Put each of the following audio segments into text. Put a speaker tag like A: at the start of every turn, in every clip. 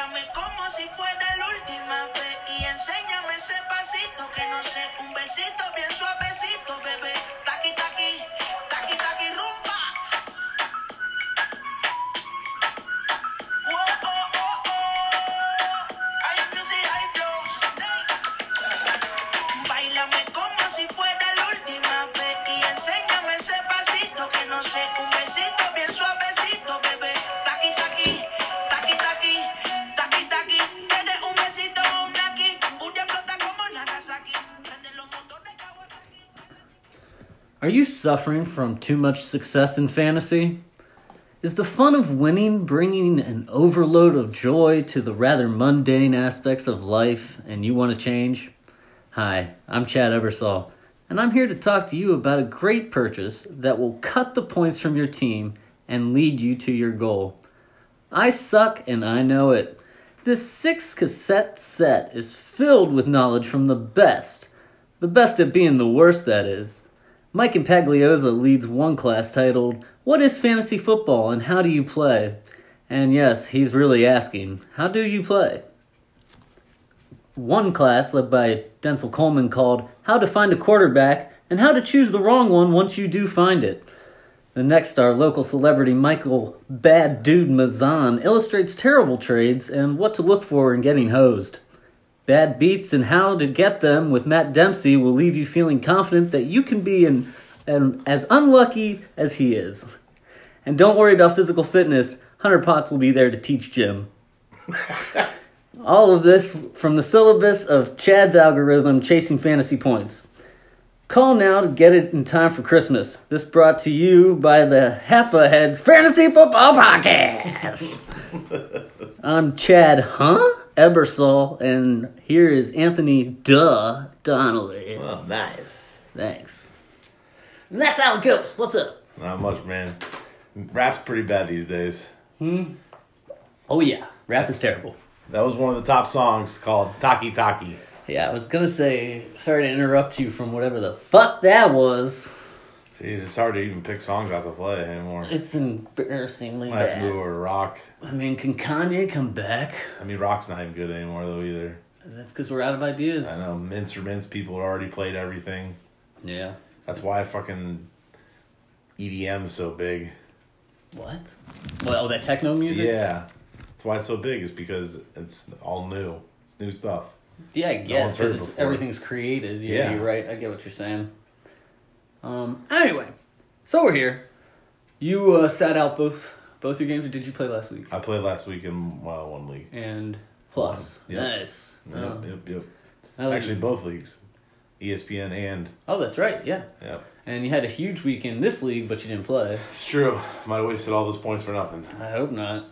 A: como si fuera la última vez. Y enséñame ese pasito que no sé. Un besito bien suavecito, bebé. Taqui, taqui, taqui, taqui, rumba. Whoa, oh, oh, oh. Hay music, hay flows. Bailame como si fuera la última vez y enséñame ese pasito que no sé, un besito bien suavecito, bebé. Taqui taqui, taqui taqui, taqui taqui. Tienes un besito o un aquí, una flota como Nagasaki. Prende los motores Kawasaki.
B: Are you suffering from too much success in fantasy? Is the fun of winning bringing an overload of joy to the rather mundane aspects of life and you want to change? Hi, I'm Chad Ebersol, and I'm here to talk to you about a great purchase that will cut the points from your team and lead you to your goal. I suck and I know it. This six cassette set is filled with knowledge from the best. The best at being the worst, that is. Mike Impagliozza leads one class titled, What is Fantasy Football and How Do You Play? And yes, he's really asking, How do you play? One class led by Denzel Coleman called, How to Find a Quarterback and How to Choose the Wrong One Once You Do Find It. The next, our local celebrity Michael Bad Dude Mazan illustrates terrible trades and what to look for in getting hosed. Bad beats and how to get them with Matt Dempsey will leave you feeling confident that you can be an, an, as unlucky as he is. And don't worry about physical fitness, Hunter Potts will be there to teach Jim. All of this from the syllabus of Chad's algorithm, Chasing Fantasy Points. Call now to get it in time for Christmas. This brought to you by the Heffa Heads Fantasy Football Podcast. I'm Chad, huh? Ebersol, and here is Anthony Duh Donnelly.
C: Oh, nice.
B: Thanks. And that's how it goes. What's up?
C: Not much, man. Rap's pretty bad these days.
B: Oh yeah, rap is terrible.
C: That was one of the top songs called Taki Taki.
B: Yeah, I was gonna say sorry to interrupt you from whatever the fuck that was.
C: Jeez, it's hard to even pick songs out to play anymore.
B: It's embarrassingly
C: I have to move
B: bad.
C: over to rock.
B: I mean, can Kanye come back?
C: I mean, rock's not even good anymore, though, either.
B: That's because we're out of ideas.
C: I know, instruments, people have already played everything.
B: Yeah.
C: That's why fucking EDM is so big.
B: What? Well, oh, that techno music.
C: Yeah. That's why it's so big, is because it's all new. It's new stuff.
B: Yeah, I guess
C: one's heard
B: because
C: it
B: it's
C: before.
B: everything's created. Yeah,
C: Yeah.
B: you're right. I get what you're saying. Um. Anyway, so we're here. You uh, sat out both both your games. Or did you play last week?
C: I played last week in well, one league.
B: And plus,
C: Yep.
B: nice.
C: Yep,
B: Oh,
C: yep, yep.
B: I like-
C: Actually, both leagues. E ESPN and.
B: oh, that's right. Yeah.
C: Yep.
B: And you had a huge week in this league, but you didn't play.
C: It's true. Might have wasted all those points for nothing.
B: I hope not.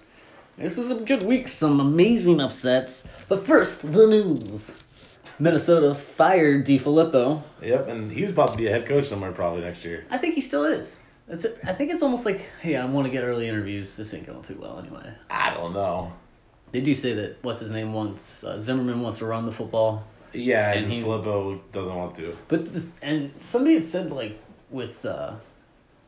B: This was a good week, some amazing upsets. But first, the news. Minnesota fired DiFilippo.
C: Yep, and he was about to be a head coach somewhere probably next year.
B: I think he still is. It's, I think it's almost like, hey, I want to get early interviews. This ain't going too well anyway.
C: I don't know.
B: They do say that what's his name wants uh, Zimmerman wants to run the football,
C: Yeah, and,
B: And he-
C: Filippo doesn't want to.
B: but the, and somebody had said like with uh,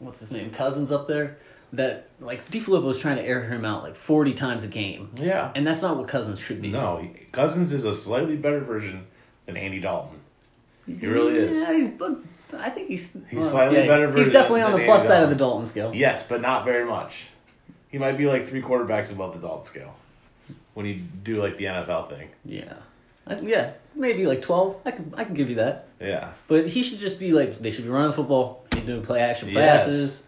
B: what's his name Cousins up there that like DiFilippo was trying to air him out like forty times a game,
C: Yeah.
B: and that's not what Cousins should be.
C: No, he, Cousins is a slightly better version than Andy Dalton. He really
B: Yeah,
C: is.
B: he's but I think he's
C: He's slightly better
B: He's
C: version
B: definitely on
C: than uh,
B: the plus
C: Andy
B: side of the
C: Dalton.
B: Dalton scale.
C: Yes, but not very much. He might be like three quarterbacks above the Dalton scale when you do like the NFL thing.
B: yeah, I, yeah, maybe like twelve. I could I could give you that.
C: Yeah.
B: But he should just be like they should be running the football. They do play action
C: Yes.
B: passes.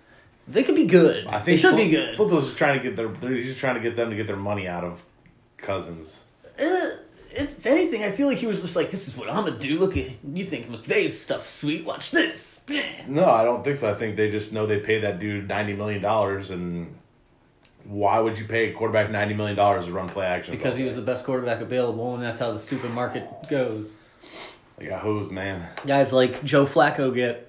B: They could be good.
C: I think
B: they should
C: Fil-
B: be good.
C: Filippo's just trying to get their they're just trying to get them to get their money out of Cousins.
B: Eh, if it's anything, I feel like he was just like, "This is what I'm gonna do." Look at you think McVay's stuff sweet. Watch this. Yeah.
C: No, I don't think so. I think they just know they pay that dude ninety million dollars, and why would you pay a quarterback ninety million dollars to run play action?
B: Because he was the best quarterback available, and that's how the stupid market goes.
C: like a hosed man.
B: Guys like Joe Flacco get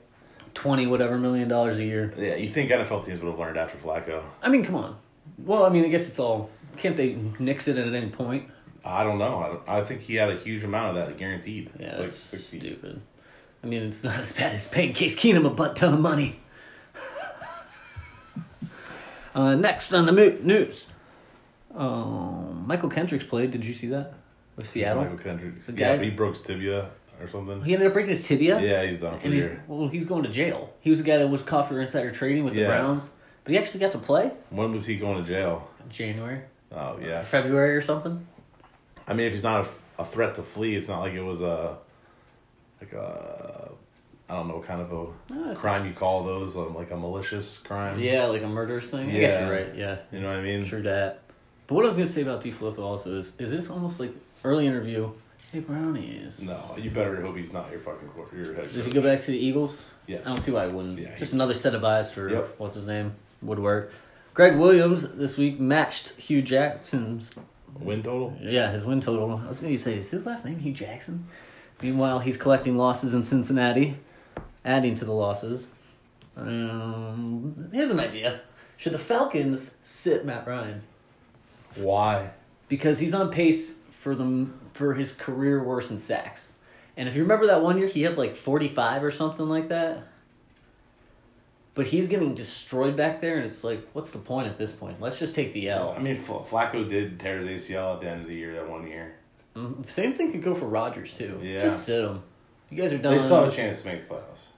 B: twenty whatever million dollars a year.
C: Yeah, you think NFL teams would have learned after Flacco?
B: I mean, come on. Well, I mean, I guess it's all. Can't they nix it at any point?
C: I don't know. I, don't, I think he had a huge amount of that guaranteed.
B: Yeah,
C: It's
B: that's
C: like sixty.
B: stupid. I mean, it's not as bad as paying Case Keenum a butt ton of money. uh, next on the mo- news. Um, Michael Kendricks played. Did you see that with Seattle?
C: Michael Kendricks.
B: The guy-
C: Yeah, but he broke his tibia or something.
B: He ended up breaking his tibia.
C: yeah, he's done for
B: and
C: the
B: he's
C: year.
B: well, he's going to jail. He was the guy that was caught for insider trading with the
C: Yeah.
B: Browns, but he actually got to play
C: When was he going to jail?
B: January,
C: Oh yeah.
B: February, or something.
C: I mean, if he's not a, a threat to flee, it's not like it was a like a I don't know what kind of a
B: No, it's-
C: crime you call those um, like a malicious crime.
B: Yeah, like a murderous thing. I guess
C: Yeah.
B: you're right. Yeah, Mm.
C: You know what I mean?
B: true that. But what I was gonna say about DeFilippo also is, is this almost like early interview? Hey, brownies.
C: No, you better hope he's not your fucking court, your head
B: Does he
C: coach.
B: go back to the Eagles?
C: Yes.
B: I don't see why he wouldn't.
C: Yeah, he-
B: Just another set of eyes for
C: Yep.
B: what's his name Woodward. Greg Williams this week matched Hugh Jackson's
C: Win total.
B: yeah his win total. I was going to say is his last name Hugh Jackson. Meanwhile, he's collecting losses in Cincinnati, adding to the losses. Um, here's an idea: Should the Falcons sit Matt Ryan
C: Why?
B: because he's on pace for the for his career worst in sacks? And if you remember that one year, he had like forty five or something like that. But he's getting destroyed back there, and it's like, what's the point at this point? Let's just take the L.
C: I mean, Fl- Flacco did tear his ACL at the end of the year that one year.
B: Mm, Same thing could go for Rodgers too.
C: Yeah.
B: Just sit him. You guys are done.
C: They still have a chance to make the playoffs.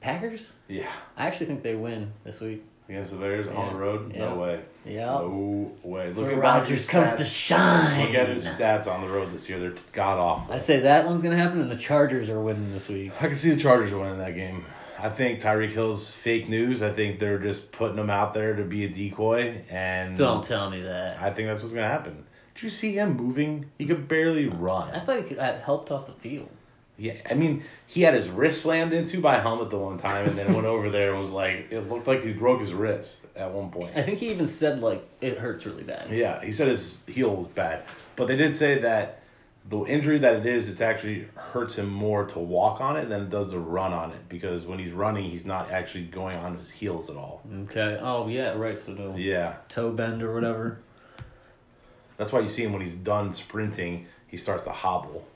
B: Packers?
C: Yeah,
B: I actually think they win this week.
C: against the Bears on
B: Yeah.
C: the road,
B: Yeah.
C: no way,
B: Yeah.
C: no way.
B: That's where
C: Rodgers'
B: Rodgers comes to
C: stats.
B: shine.
C: Look at his stats on the road this year; they're god awful.
B: I say that one's gonna happen, and the Chargers are winning this week.
C: I can see the Chargers winning that game. I think Tyreek Hill's fake news. I think they're just putting him out there to be a decoy, and
B: Don't tell me that.
C: I think that's what's gonna happen. Did you see him moving? He could barely
B: I
C: run.
B: thought he could, I helped off the field.
C: Yeah, I mean, he had his wrist slammed into by a helmet the one time, and then went over there and was like, it looked like he broke his wrist at one point.
B: I think he even said like it hurts really bad.
C: Yeah, he said his heel was bad, but they did say that the injury that it is, it's actually hurts him more to walk on it than it does to run on it because when he's running, he's not actually going on his heels at all.
B: Okay. Oh yeah, right. So the
C: Yeah,
B: toe bend or whatever.
C: that's why you see him when he's done sprinting, he starts to hobble.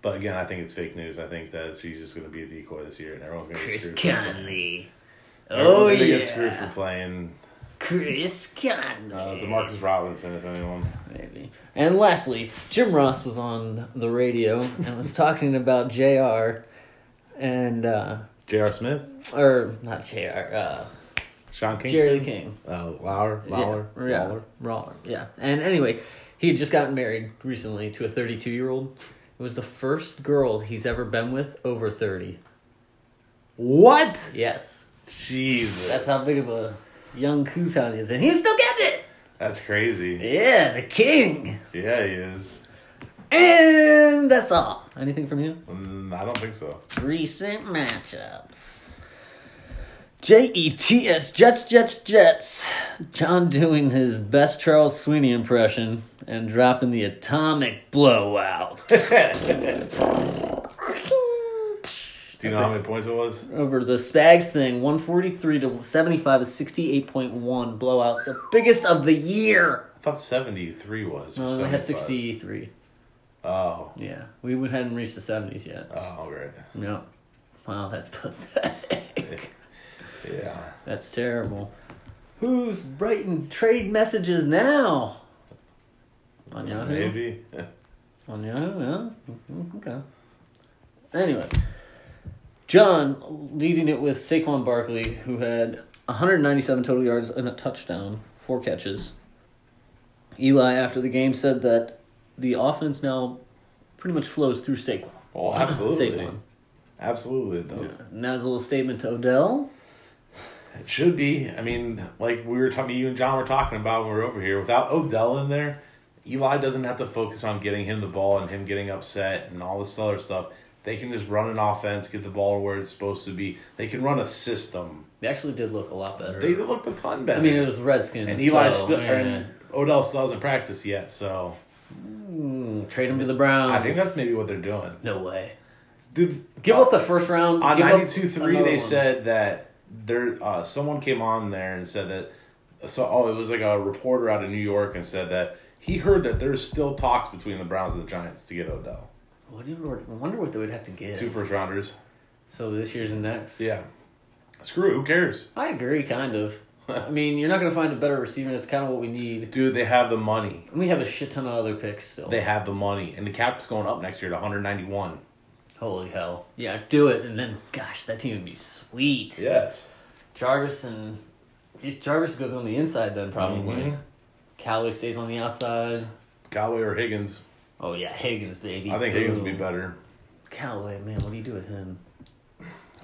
C: But again, I think it's fake news. I think that she's just going to be a decoy this year, and everyone's going to get
B: Chris
C: screwed.
B: Conley.
C: For, everyone's
B: Oh
C: gonna get screwed for
B: yeah.
C: playing
B: Chris Conley.
C: uh, Demarcus Robinson, if anyone.
B: Maybe. And lastly, Jim Ross was on the radio and was talking about Jr. and uh,
C: J.R. Smith,
B: or not Jr. Uh,
C: Sean King,
B: Jerry King.
C: uh, Lauer, Lauer,
B: yeah, yeah,
C: Lauer.
B: Lawler, Yeah. And anyway, he had just gotten married recently to a 32 year old. It was the first girl he's ever been with over 30.
C: What?
B: Yes.
C: Jesus.
B: That's how big of a young Kuzan is. And he's still getting
C: That's crazy.
B: it! Yeah, the king!
C: Yeah, he is.
B: And that's all. Anything from you?
C: Mm, I don't think so.
B: Recent matchups. J E T S Jets Jets Jets. John doing his best Charles Sweeney impression and dropping the atomic blowout.
C: Do you know how many points it was?
B: Over the Spags thing, 143 to 75 is 68.1 blowout. The biggest of the year.
C: I thought 73 was. or
B: No, they had
C: 75.
B: 63.
C: Oh.
B: Yeah. We hadn't reached the 70s yet.
C: Oh, great.
B: No. Wow, that's pathetic.
C: Yeah.
B: That's terrible. Who's writing trade messages now? On Yahoo.
C: Maybe.
B: On Yahoo. Yeah. Mhm, Okay. Anyway, John leading it with Saquon Barkley, who had 197 total yards and a touchdown, four catches. Eli, after the game, said that the offense now pretty much flows through Saquon.
C: Well, Oh, absolutely.
B: Saquon.
C: Absolutely, it does.
B: And that was a little statement to Odell.
C: It should be. I mean, like we were talking, you and John were talking about when we were over here. Without Odell in there, Eli doesn't have to focus on getting him the ball and him getting upset and all this other stuff. They can just run an offense, get the ball where it's supposed to be. They can run a system.
B: They actually did look a lot better.
C: They looked a ton better.
B: I mean, it was the Redskins.
C: And Eli
B: so,
C: still,
B: yeah.
C: and Odell still hasn't practiced yet, so
B: Mm, trade him to the Browns.
C: I think that's maybe what they're doing.
B: no way.
C: Dude,
B: Give up the first round.
C: on
B: give up
C: ninety two three.
B: another
C: They
B: one.
C: said that there, uh, someone came on there and said that. So, oh, it was like a reporter out of New York and said that he heard that there's still talks between the Browns and the Giants to get Odell.
B: What do you, I wonder what they would have to give.
C: Two first rounders.
B: so this year's and next.
C: Yeah. Screw it. Who cares?
B: I agree, kind of. I mean, you're not going to find a better receiver, and it's kind of what we need.
C: Dude, they have the money.
B: And we have a shit ton of other picks still.
C: They have the money. And the cap's going up next year to 191.
B: Holy hell. Yeah, do it. And then, gosh, that team would be sweet.
C: Yes.
B: Jarvis and. if Jarvis goes on the inside then, probably.
C: Mhm.
B: Callaway stays on the outside.
C: Galway or Higgins.
B: Oh, yeah, Higgins, baby.
C: I think Higgins would be
B: Boom.
C: better.
B: Callaway, man, what do you do with him?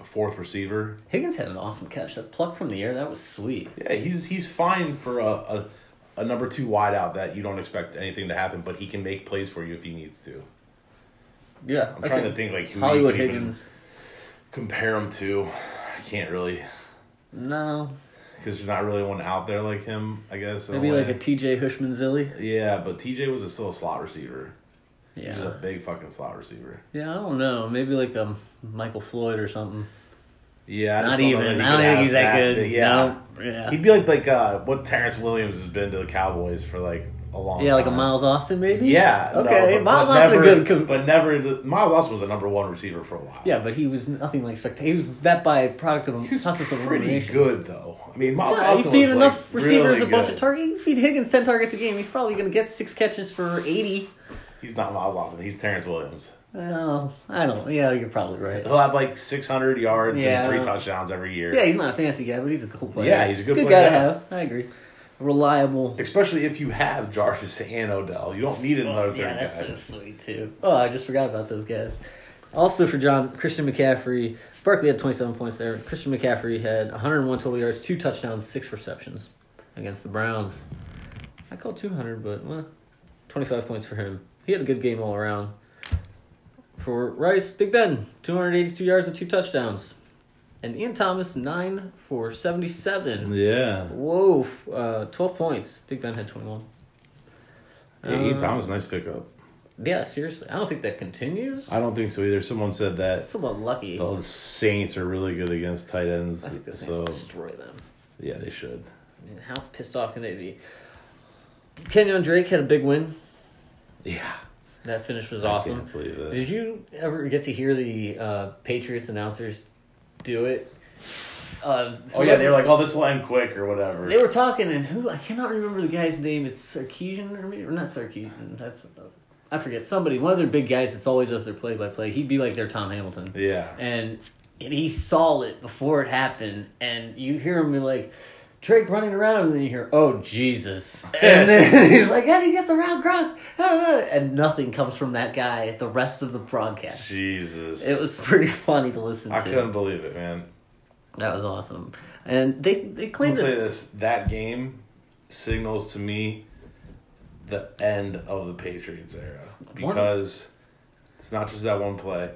C: A fourth receiver.
B: Higgins had an awesome catch. That pluck from the air, that was sweet.
C: Yeah, he's he's fine for a, a, a number two wideout that you don't expect anything to happen, but he can make plays for you if he needs to.
B: Yeah.
C: I'm trying to think like who you
B: Hollywood
C: could even
B: Higgins.
C: compare him to. I can't really
B: No.
C: because there's not really one out there like him. I guess in
B: Maybe like a
C: way.
B: TJ Hushman Zilly.
C: yeah, but TJ was a, still a slot receiver. He's
B: Yeah.
C: a big fucking slot receiver.
B: Yeah, I don't know. Maybe like um Michael Floyd or something.
C: Yeah, I just
B: Not
C: don't know
B: even.
C: that
B: I
C: he
B: don't
C: could
B: think
C: have
B: he's that,
C: but
B: good.
C: Yeah,
B: No. Yeah.
C: he'd be like like uh, what Terrence Williams has been to the Cowboys for like a long.
B: yeah, like a
C: time.
B: Miles Austin maybe.
C: Yeah. no,
B: Okay,
C: but-
B: Miles
C: but
B: Austin
C: never-
B: good. Com-
C: but never. The, Miles Austin was a number one receiver for a while.
B: yeah, but he was nothing like spectacular. He was that by a product of a
C: he was
B: process of
C: pretty
B: elimination.
C: good though. I mean, Miles
B: Yeah, you
C: Austin
B: feed
C: was
B: enough
C: like,
B: receivers
C: really
B: a bunch
C: good.
B: of targets. You feed Higgins ten targets a game. He's probably going to get six catches for eighty.
C: He's not Miles Austin. He's Terrence Williams.
B: Well, I don't. Yeah, you're probably right.
C: He'll have like six hundred yards
B: Yeah.
C: and three touchdowns every year.
B: Yeah, he's not a fantasy guy, but he's a cool player.
C: Yeah, he's a good
B: good
C: player,
B: guy to
C: yeah.
B: have. I agree. Reliable.
C: Especially if you have Jarvis and Odell, you don't need another third
B: yeah, that's
C: guy.
B: so sweet too. Oh, I just forgot about those guys. Also for John Christian McCaffrey, Barkley had 27 points there. Christian McCaffrey had 101 total yards, two touchdowns, six receptions against the Browns. I called 200, but well, 25 points for him. He had a good game all around. For Rice, Big Ben, 282 yards and two touchdowns. And Ian Thomas, 9 for 77.
C: yeah.
B: Whoa, f- uh, 12 points. Big Ben had 21.
C: Yeah, Ian
B: Uh,
C: Thomas, nice pickup.
B: Yeah, seriously. I don't think that continues.
C: I don't think so either. Someone said that
B: That's a little lucky.
C: the Saints are really good against tight ends,
B: I think the Saints
C: so
B: destroy them.
C: yeah, they should.
B: I mean, how pissed off can they be? Kenyon Drake had a big win.
C: Yeah,
B: That finish was
C: I
B: awesome.
C: can't believe it.
B: Did you ever get to hear the uh, Patriots announcers do it? Uh,
C: Oh yeah, they were like, "Oh, this will end quick" or whatever.
B: They were talking, and who I cannot remember the guy's name. It's Sarkeesian or me- or not Sarkeesian. That's I forget somebody. One of their big guys that's always does their play by play. He'd be like their Tom Hamilton.
C: yeah,
B: and and he saw it before it happened, and you hear him be like, Drake running around, and then you hear, "Oh Jesus!" And then he's like, "How do you get around Gronk?" And nothing comes from that guy the rest of the broadcast.
C: Jesus,
B: It was pretty funny to listen
C: I
B: to.
C: couldn't believe it, man.
B: That was awesome, and they they
C: I'll
B: claimed
C: tell you
B: that
C: this: that game signals to me the end of the Patriots era because it's not just that one play.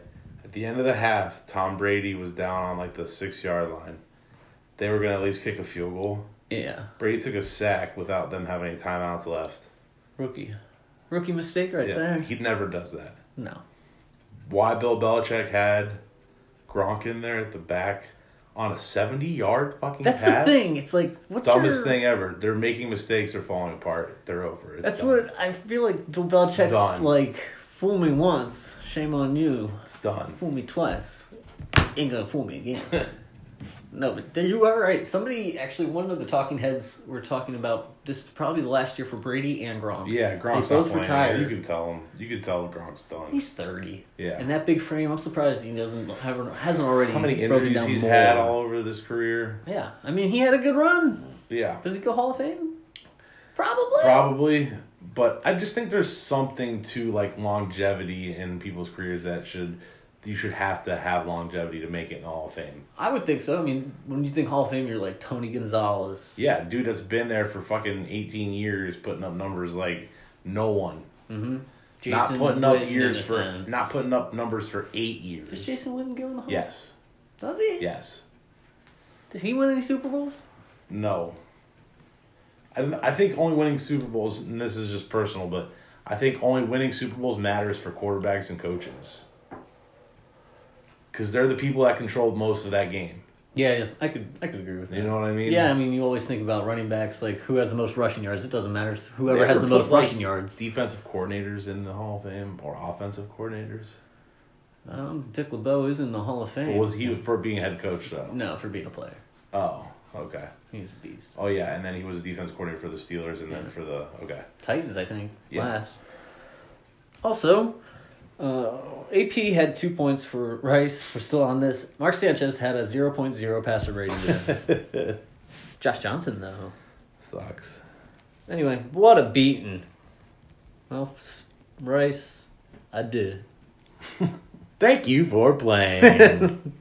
C: At the end of the half, Tom Brady was down on like the six yard line. They were gonna at least kick a field goal.
B: yeah,
C: Brady took a sack without them having any timeouts left.
B: rookie, rookie mistake right
C: Yeah,
B: there.
C: he never does that.
B: No,
C: why Bill Belichick had Gronk in there at the back on a seventy-yard fucking
B: that's
C: pass.
B: the thing. It's like what's
C: Dumbest
B: your-
C: thing ever. They're making mistakes. They're falling apart. They're over. It's
B: That's
C: done.
B: what I feel like Bill Belichick's
C: done.
B: like. Fool me once, shame on you.
C: It's done.
B: fool me twice, ain't gonna fool me again. no, but then you are right. Somebody actually, one of the talking heads were talking about this probably the last year for Brady and Gronk.
C: Yeah, Gronk's
B: They
C: not
B: both
C: playing.
B: retired.
C: You can tell him. You can tell Gronk's done.
B: He's thirty.
C: Yeah.
B: And that big frame, I'm surprised he doesn't haven't hasn't already
C: How many
B: broken
C: injuries
B: down
C: he's
B: more.
C: had all over this career?
B: Yeah, I mean he had a good run.
C: Yeah,
B: Does he go Hall of Fame? Probably.
C: probably. But I just think there's something to like longevity in people's careers that should you should have to have longevity to make it in the Hall of Fame.
B: I would think so. I mean, when you think Hall of Fame, you're like Tony Gonzalez.
C: Yeah, dude that's been there for fucking 18 years putting up numbers like no one.
B: Mm-hmm.
C: not
B: Jason
C: putting up
B: Witten, in
C: years
B: a
C: for
B: sense.
C: not putting up numbers for 8 years.
B: Does Jason Witten go in the Hall?
C: Yes.
B: Does he?
C: Yes.
B: Did he win any Super Bowls?
C: No. I don't- I think only winning Super Bowls and this is just personal, but I think only winning Super Bowls matters for quarterbacks and coaches. Cuz they're the people that controlled most of that game.
B: Yeah, yeah, I could, I could agree with that.
C: You know what I mean?
B: yeah, I mean, you always think about running backs like who has the most rushing yards. It doesn't matter. It's
C: They
B: Whoever has the
C: ever
B: most
C: put, like,
B: rushing yards.
C: Defensive coordinators in the Hall of Fame or offensive coordinators?
B: Um, Dick LeBeau is in the Hall of Fame.
C: But was he for being head coach though?
B: No, for being a player.
C: Oh, Okay.
B: He was a beast.
C: Oh yeah, and then he was defense coordinator for the Steelers, and then for the okay.
B: Titans, I think,
C: Yeah.
B: last. Also, uh, AP had two points for Rice. We're still on this. Mark Sanchez had a 0.0 passer rating. today. Josh Johnson, though.
C: Sucks.
B: Anyway, what a beating. Well, s- Rice, I did.
C: Thank you for playing.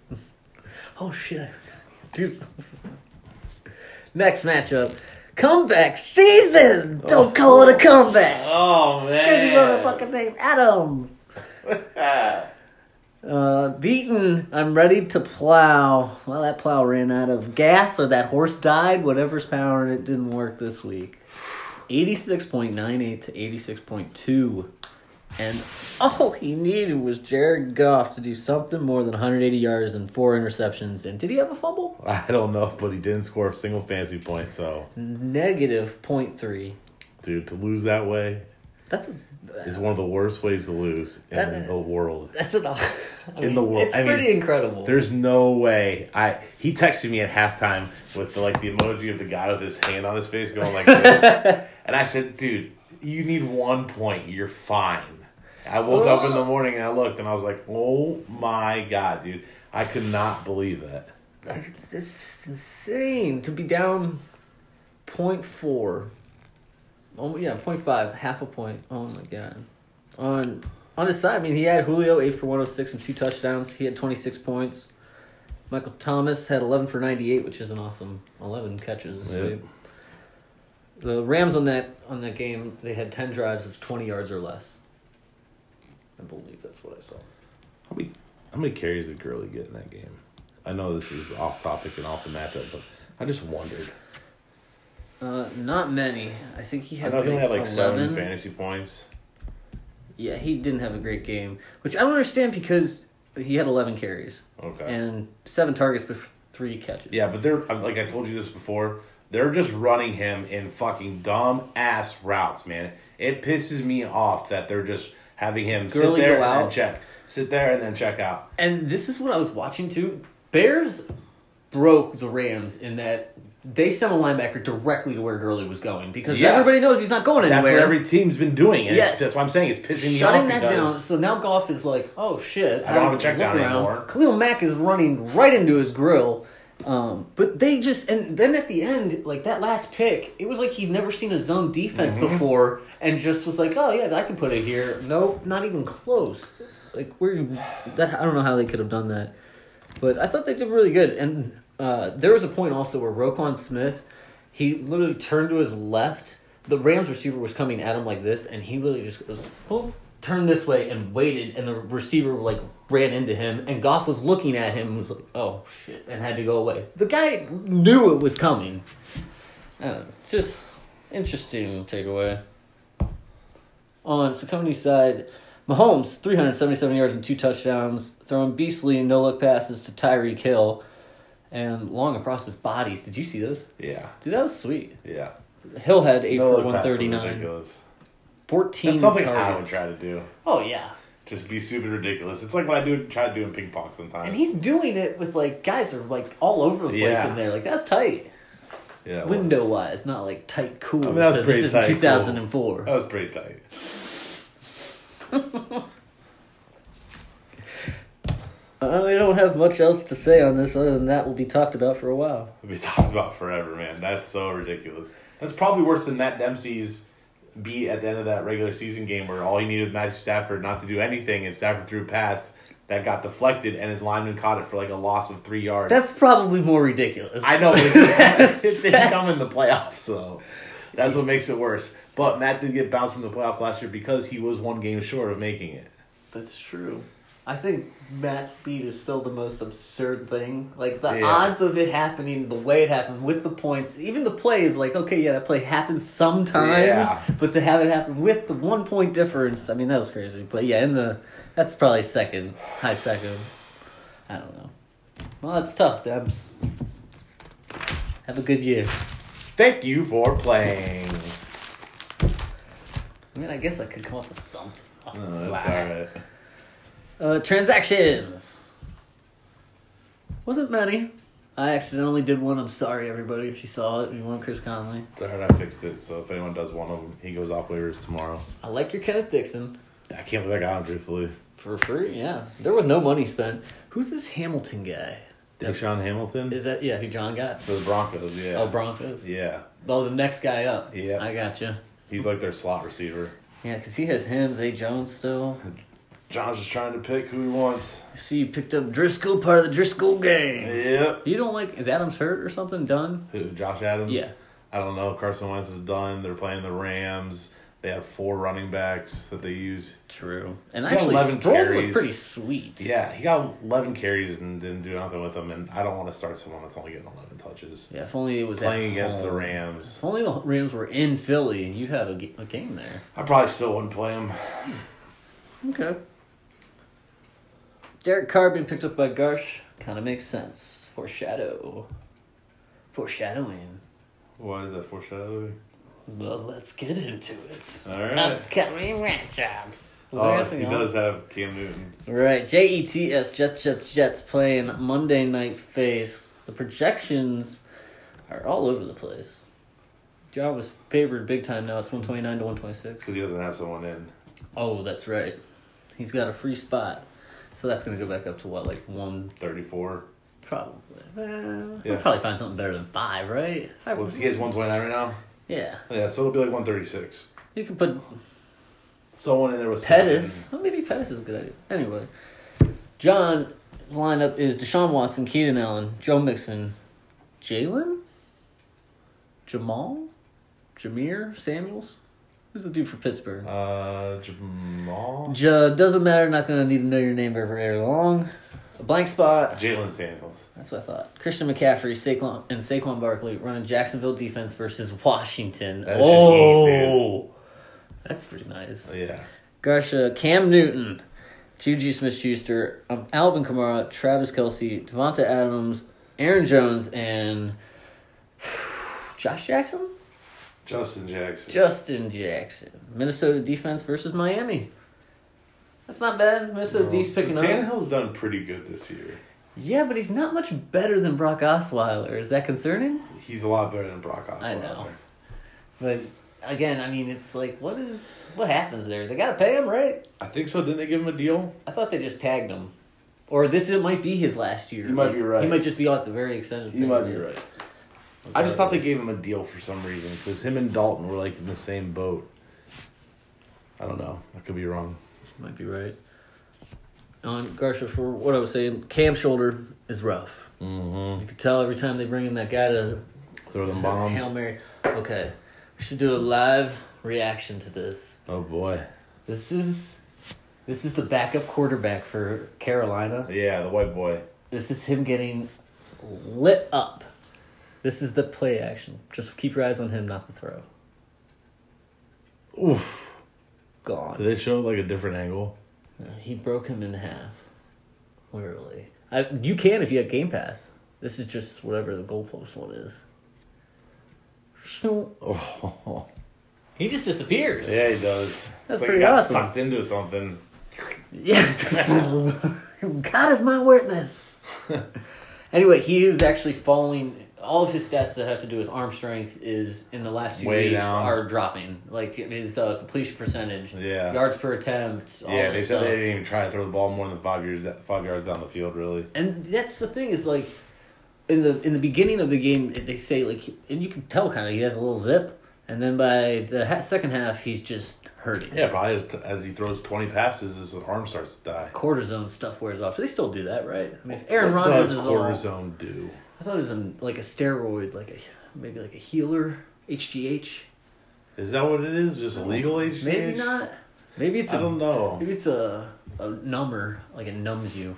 B: Oh, shit. Dude. Next matchup. Comeback season! Don't call it a comeback!
C: oh
B: Crazy
C: man.
B: motherfucker named Adam! Uh, beaten. I'm ready to plow. Well, that plow ran out of gas, or that horse died. Whatever's powering it didn't work this week. Eighty-six point nine eight to eighty-six point two, and all he needed was Jared Goff to do something more than 180 yards and four interceptions. And did he have a fumble?
C: I don't know, but he didn't score a single fancy point. So,
B: Negative point three.
C: dude, to lose that way
B: That's a,
C: is one of the worst ways to lose in
B: That-
C: the world.
B: that's an I mean,
C: the world.
B: It's
C: I mean,
B: pretty incredible.
C: There's no way. I he texted me at halftime with the, like the emoji of the guy with his hand on his face going like this, and I said, "Dude, you need one point. You're fine." I woke up in the morning and I looked and I was like, "Oh my god, dude! I could not believe that."
B: That's just insane to be down 0.4. Oh yeah, 0.5, half a point. Oh my god. On on his side, I mean, he had Julio eight for one hundred six and two touchdowns. He had twenty six points. Michael Thomas had eleven for ninety eight, which is an awesome eleven catches. this
C: Yeah.
B: week. The Rams on that on that game, they had ten drives of twenty yards or less. I believe that's what I saw.
C: How many how many carries did Gurley get in that game? I know this is off topic and off the matchup, but I just wondered.
B: Uh, not many. I think he
C: I
B: had,
C: know he only had like
B: 11.
C: seven fantasy points.
B: Yeah, he didn't have a great game, which I don't understand because he had 11 carries
C: Okay.
B: and seven targets but three catches.
C: Yeah, but they're I'm- like I told you this before. They're just running him in fucking dumb ass routes, man. It pisses me off that they're just having him sit
B: Gurley
C: there
B: go
C: and then
B: out.
C: check, sit there and then check out.
B: And this is what I was watching too. Bears broke the Rams in that they sent a linebacker directly to where Gurley was going because
C: Yeah.
B: everybody knows he's not going
C: That's
B: anywhere.
C: what every team's been doing, and
B: Yes.
C: it's, that's why I'm saying it's pissing me
B: Shutting
C: off
B: that
C: because
B: down, so now golf is like, oh shit!
C: I don't have a
B: even
C: check
B: look
C: down
B: around.
C: anymore.
B: Khalil Mack is running right into his grill, um, but they just and then at the end, like that last pick, it was like he'd never seen a zone defense
C: Mm-hmm.
B: before, and just was like, oh yeah, I can put it here. Nope, not even close. Like where you, that I don't know how they could have done that, but I thought they did really good. And uh, there was a point also where Roquan Smith, he literally turned to his left. The Rams receiver was coming at him like this, and he literally just goes, "Boop," turned this way and waited, and the receiver like ran into him, and Goff was looking at him and was like, "Oh shit," and had to go away. The guy knew it was coming. I don't know, just interesting takeaway. On Sacconi's side, Mahomes, 377 yards and two touchdowns, throwing beastly no look passes to Tyreek Hill and long across his bodies. Did you see those?
C: yeah,
B: Dude, that was sweet.
C: yeah.
B: Hill had 8
C: No
B: for
C: look pass was
B: 139.
C: ridiculous.
B: 14
C: That's something
B: targets.
C: I would try to do.
B: Oh, yeah.
C: Just be stupid ridiculous. It's like what I do try to do in ping pong sometimes.
B: And he's doing it with, like, guys that are, like, all over the place
C: Yeah.
B: in there. Like, that's tight.
C: yeah, it was.
B: Window wise, not, like, tight cool.
C: mean, that was
B: 'cause
C: pretty
B: this
C: tight
B: is
C: cool. Oh.
B: 2004.
C: That was pretty tight.
B: I don't have much else to say on this other than that will be talked about for a while.
C: It'll be talked about forever, man. That's so ridiculous. That's probably worse than Matt Dempsey's beat at the end of that regular season game where all he needed was Matthew Stafford not to do anything and Stafford threw a pass that got deflected and his lineman caught it for like a loss of three yards.
B: That's probably more ridiculous.
C: I know, but it didn't- it didn't come in the playoffs, so that's what makes it worse. But Matt did get bounced from the playoffs last year because he was one game short of making it.
B: That's true. I think Matt Speed is still the most absurd thing. Like the
C: Yeah.
B: odds of it happening the way it happened with the points, even the play is like, okay, yeah, that play happens sometimes,
C: Yeah.
B: but to have it happen with the one point difference, I mean that was crazy. But yeah, in the that's probably second, high second. I don't know. Well, it's tough, Debs. Have a good year.
C: Thank you for playing.
B: I mean, I guess I could come up with something. off the
C: No, Oh, that's
B: fly.
C: all right.
B: Uh, transactions. Wasn't many. I accidentally did one. I'm sorry, everybody, if you saw it. You want Chris Conley.
C: It's all right, I fixed it. So if anyone does one of them, he goes off waivers tomorrow.
B: I like your Kenneth Dixon
C: I can't believe I got him, truthfully.
B: for free. Yeah, there was no money spent. Who's this Hamilton guy?
C: Deshaun Hamilton
B: Is that yeah? Who John got?
C: for the Broncos. Yeah.
B: Oh, Broncos.
C: Yeah.
B: Oh, the next guy up.
C: Yeah.
B: I gotcha.
C: He's like their slot receiver.
B: Yeah, because he has him, Zay Jones still.
C: John's just trying to pick who he wants.
B: I see, you picked up Driscoll, part of the Driscoll game.
C: Yep.
B: You don't like, is Adams hurt or something? Done?
C: Who? Josh Adams.
B: Yeah.
C: I don't know. Carson Wentz is done. They're playing the Rams. They have four running backs that they use.
B: True. And
C: got
B: actually,
C: 11
B: Sproles look
C: carries.
B: pretty sweet.
C: Yeah, he got 11 carries and didn't do nothing with them. And I don't want to start someone that's only getting 11 touches.
B: Yeah, if only it was at
C: Playing against the
B: home.
C: Rams,
B: If only the Rams were in Philly, you'd have a, ga- a game there.
C: I probably still wouldn't play him.
B: Okay. Derek Carr being picked up by Garsh kind of makes sense. Foreshadow. Foreshadowing.
C: Why is that foreshadowing?
B: Well, let's get into it.
C: All right.
B: Upcoming matchups. Was there
C: Oh,
B: anything
C: he
B: else?
C: does have Cam Newton.
B: Right, Jets, Jets, Jets, Jets playing Monday Night Face. The projections are all over the place. John was favored big time now. It's 129 to 126.
C: because he doesn't have someone in.
B: Oh, that's right. He's got a free spot. So that's going to go back up to what, like one?
C: 34.
B: Probably. Well,
C: Yeah.
B: We'll probably find something better than five, right? Five,
C: Well, he has 129 right now. Oh,
B: yeah.
C: Yeah, so it'll be like 136.
B: You can put
C: Someone in there was
B: Pettis. Well, maybe Pettis is a good idea. Anyway, John's lineup is Deshaun Watson, Keaton Allen, Joe Mixon, Jalen, Jamal, Jameer Samuels. Who's the dude for Pittsburgh?
C: seven. Uh, Jamal.
B: J- doesn't matter. Not gonna need to know your name for very long. A blank spot.
C: Jalen Samuels.
B: That's what I thought. Christian McCaffrey, Saquon, and Saquon Barkley running Jacksonville defense versus Washington.
C: That should
B: oh, that's pretty nice.
C: Oh, Yeah.
B: Garsha, Cam Newton, Juju Smith Schuster, um, Alvin Kamara, Travis Kelsey, Devonta Adams, Aaron Jones, and Josh Jackson?
C: Justin Jackson.
B: Justin Jackson. Minnesota defense versus Miami. That's not bad. Minnesota D's picking up.
C: Tannehill's done pretty good this year.
B: Yeah, but he's not much better than Brock Osweiler. Is that concerning?
C: He's a lot better than Brock Osweiler.
B: I know. But again, I mean, it's like, what is what happens there? They gotta pay him, right?
C: I think so. Didn't they give him a deal?
B: I thought they just tagged him. Or this it might be his last year.
C: You might
B: Like,
C: be right.
B: He might just be on at the very extended.
C: You might be right. I just thought they gave him a deal for some reason because him and Dalton were like in the same boat. I don't know. I could be wrong.
B: Might be right. On Garsha, for what I was saying, Cam shoulder is rough.
C: Mm-hmm.
B: You could tell every time they bring in that guy to
C: Throw them bombs.
B: Hail Mary. Okay, we should do a live reaction to this.
C: Oh boy.
B: This is this is the backup quarterback for Carolina.
C: Yeah, the white boy.
B: This is him getting lit up. This is the play action. Just keep your eyes on him, not the throw.
C: Oof.
B: Gone.
C: Did they show like a different angle?
B: Uh, He broke him in half, literally. I, you can if you have Game Pass. This is just whatever the goalpost one is.
C: Oh.
B: He just disappears.
C: Yeah, he does.
B: That's
C: That's it's like
B: pretty
C: he got
B: awesome.
C: Sucked into something.
B: Yeah. God is my witness. anyway, he is actually falling. All of his stats that have to do with arm strength is in the last few
C: Way
B: weeks
C: down.
B: are dropping. Like his uh, completion percentage,
C: Yeah.
B: yards per attempt. All
C: yeah,
B: this
C: they
B: stuff.
C: said they didn't even try to throw the ball more than five yards five yards down the field. Really,
B: and that's the thing is like in the in the beginning of the game they say like and you can tell kind of he has a little zip and then by the ha- second half he's just hurting
C: yeah, probably as, as he throws twenty passes, his arm starts to die.
B: cortisone stuff wears off so they still do that right i mean if aaron
C: What
B: rodgers
C: does
B: is
C: quarter
B: all,
C: zone do?
B: i thought it was in, like a steroid like a maybe like a healer hgh
C: Is that what it is? Just illegal age?
B: maybe not maybe it's
C: I don't
B: a
C: know.
B: maybe it's a, a number like it numbs you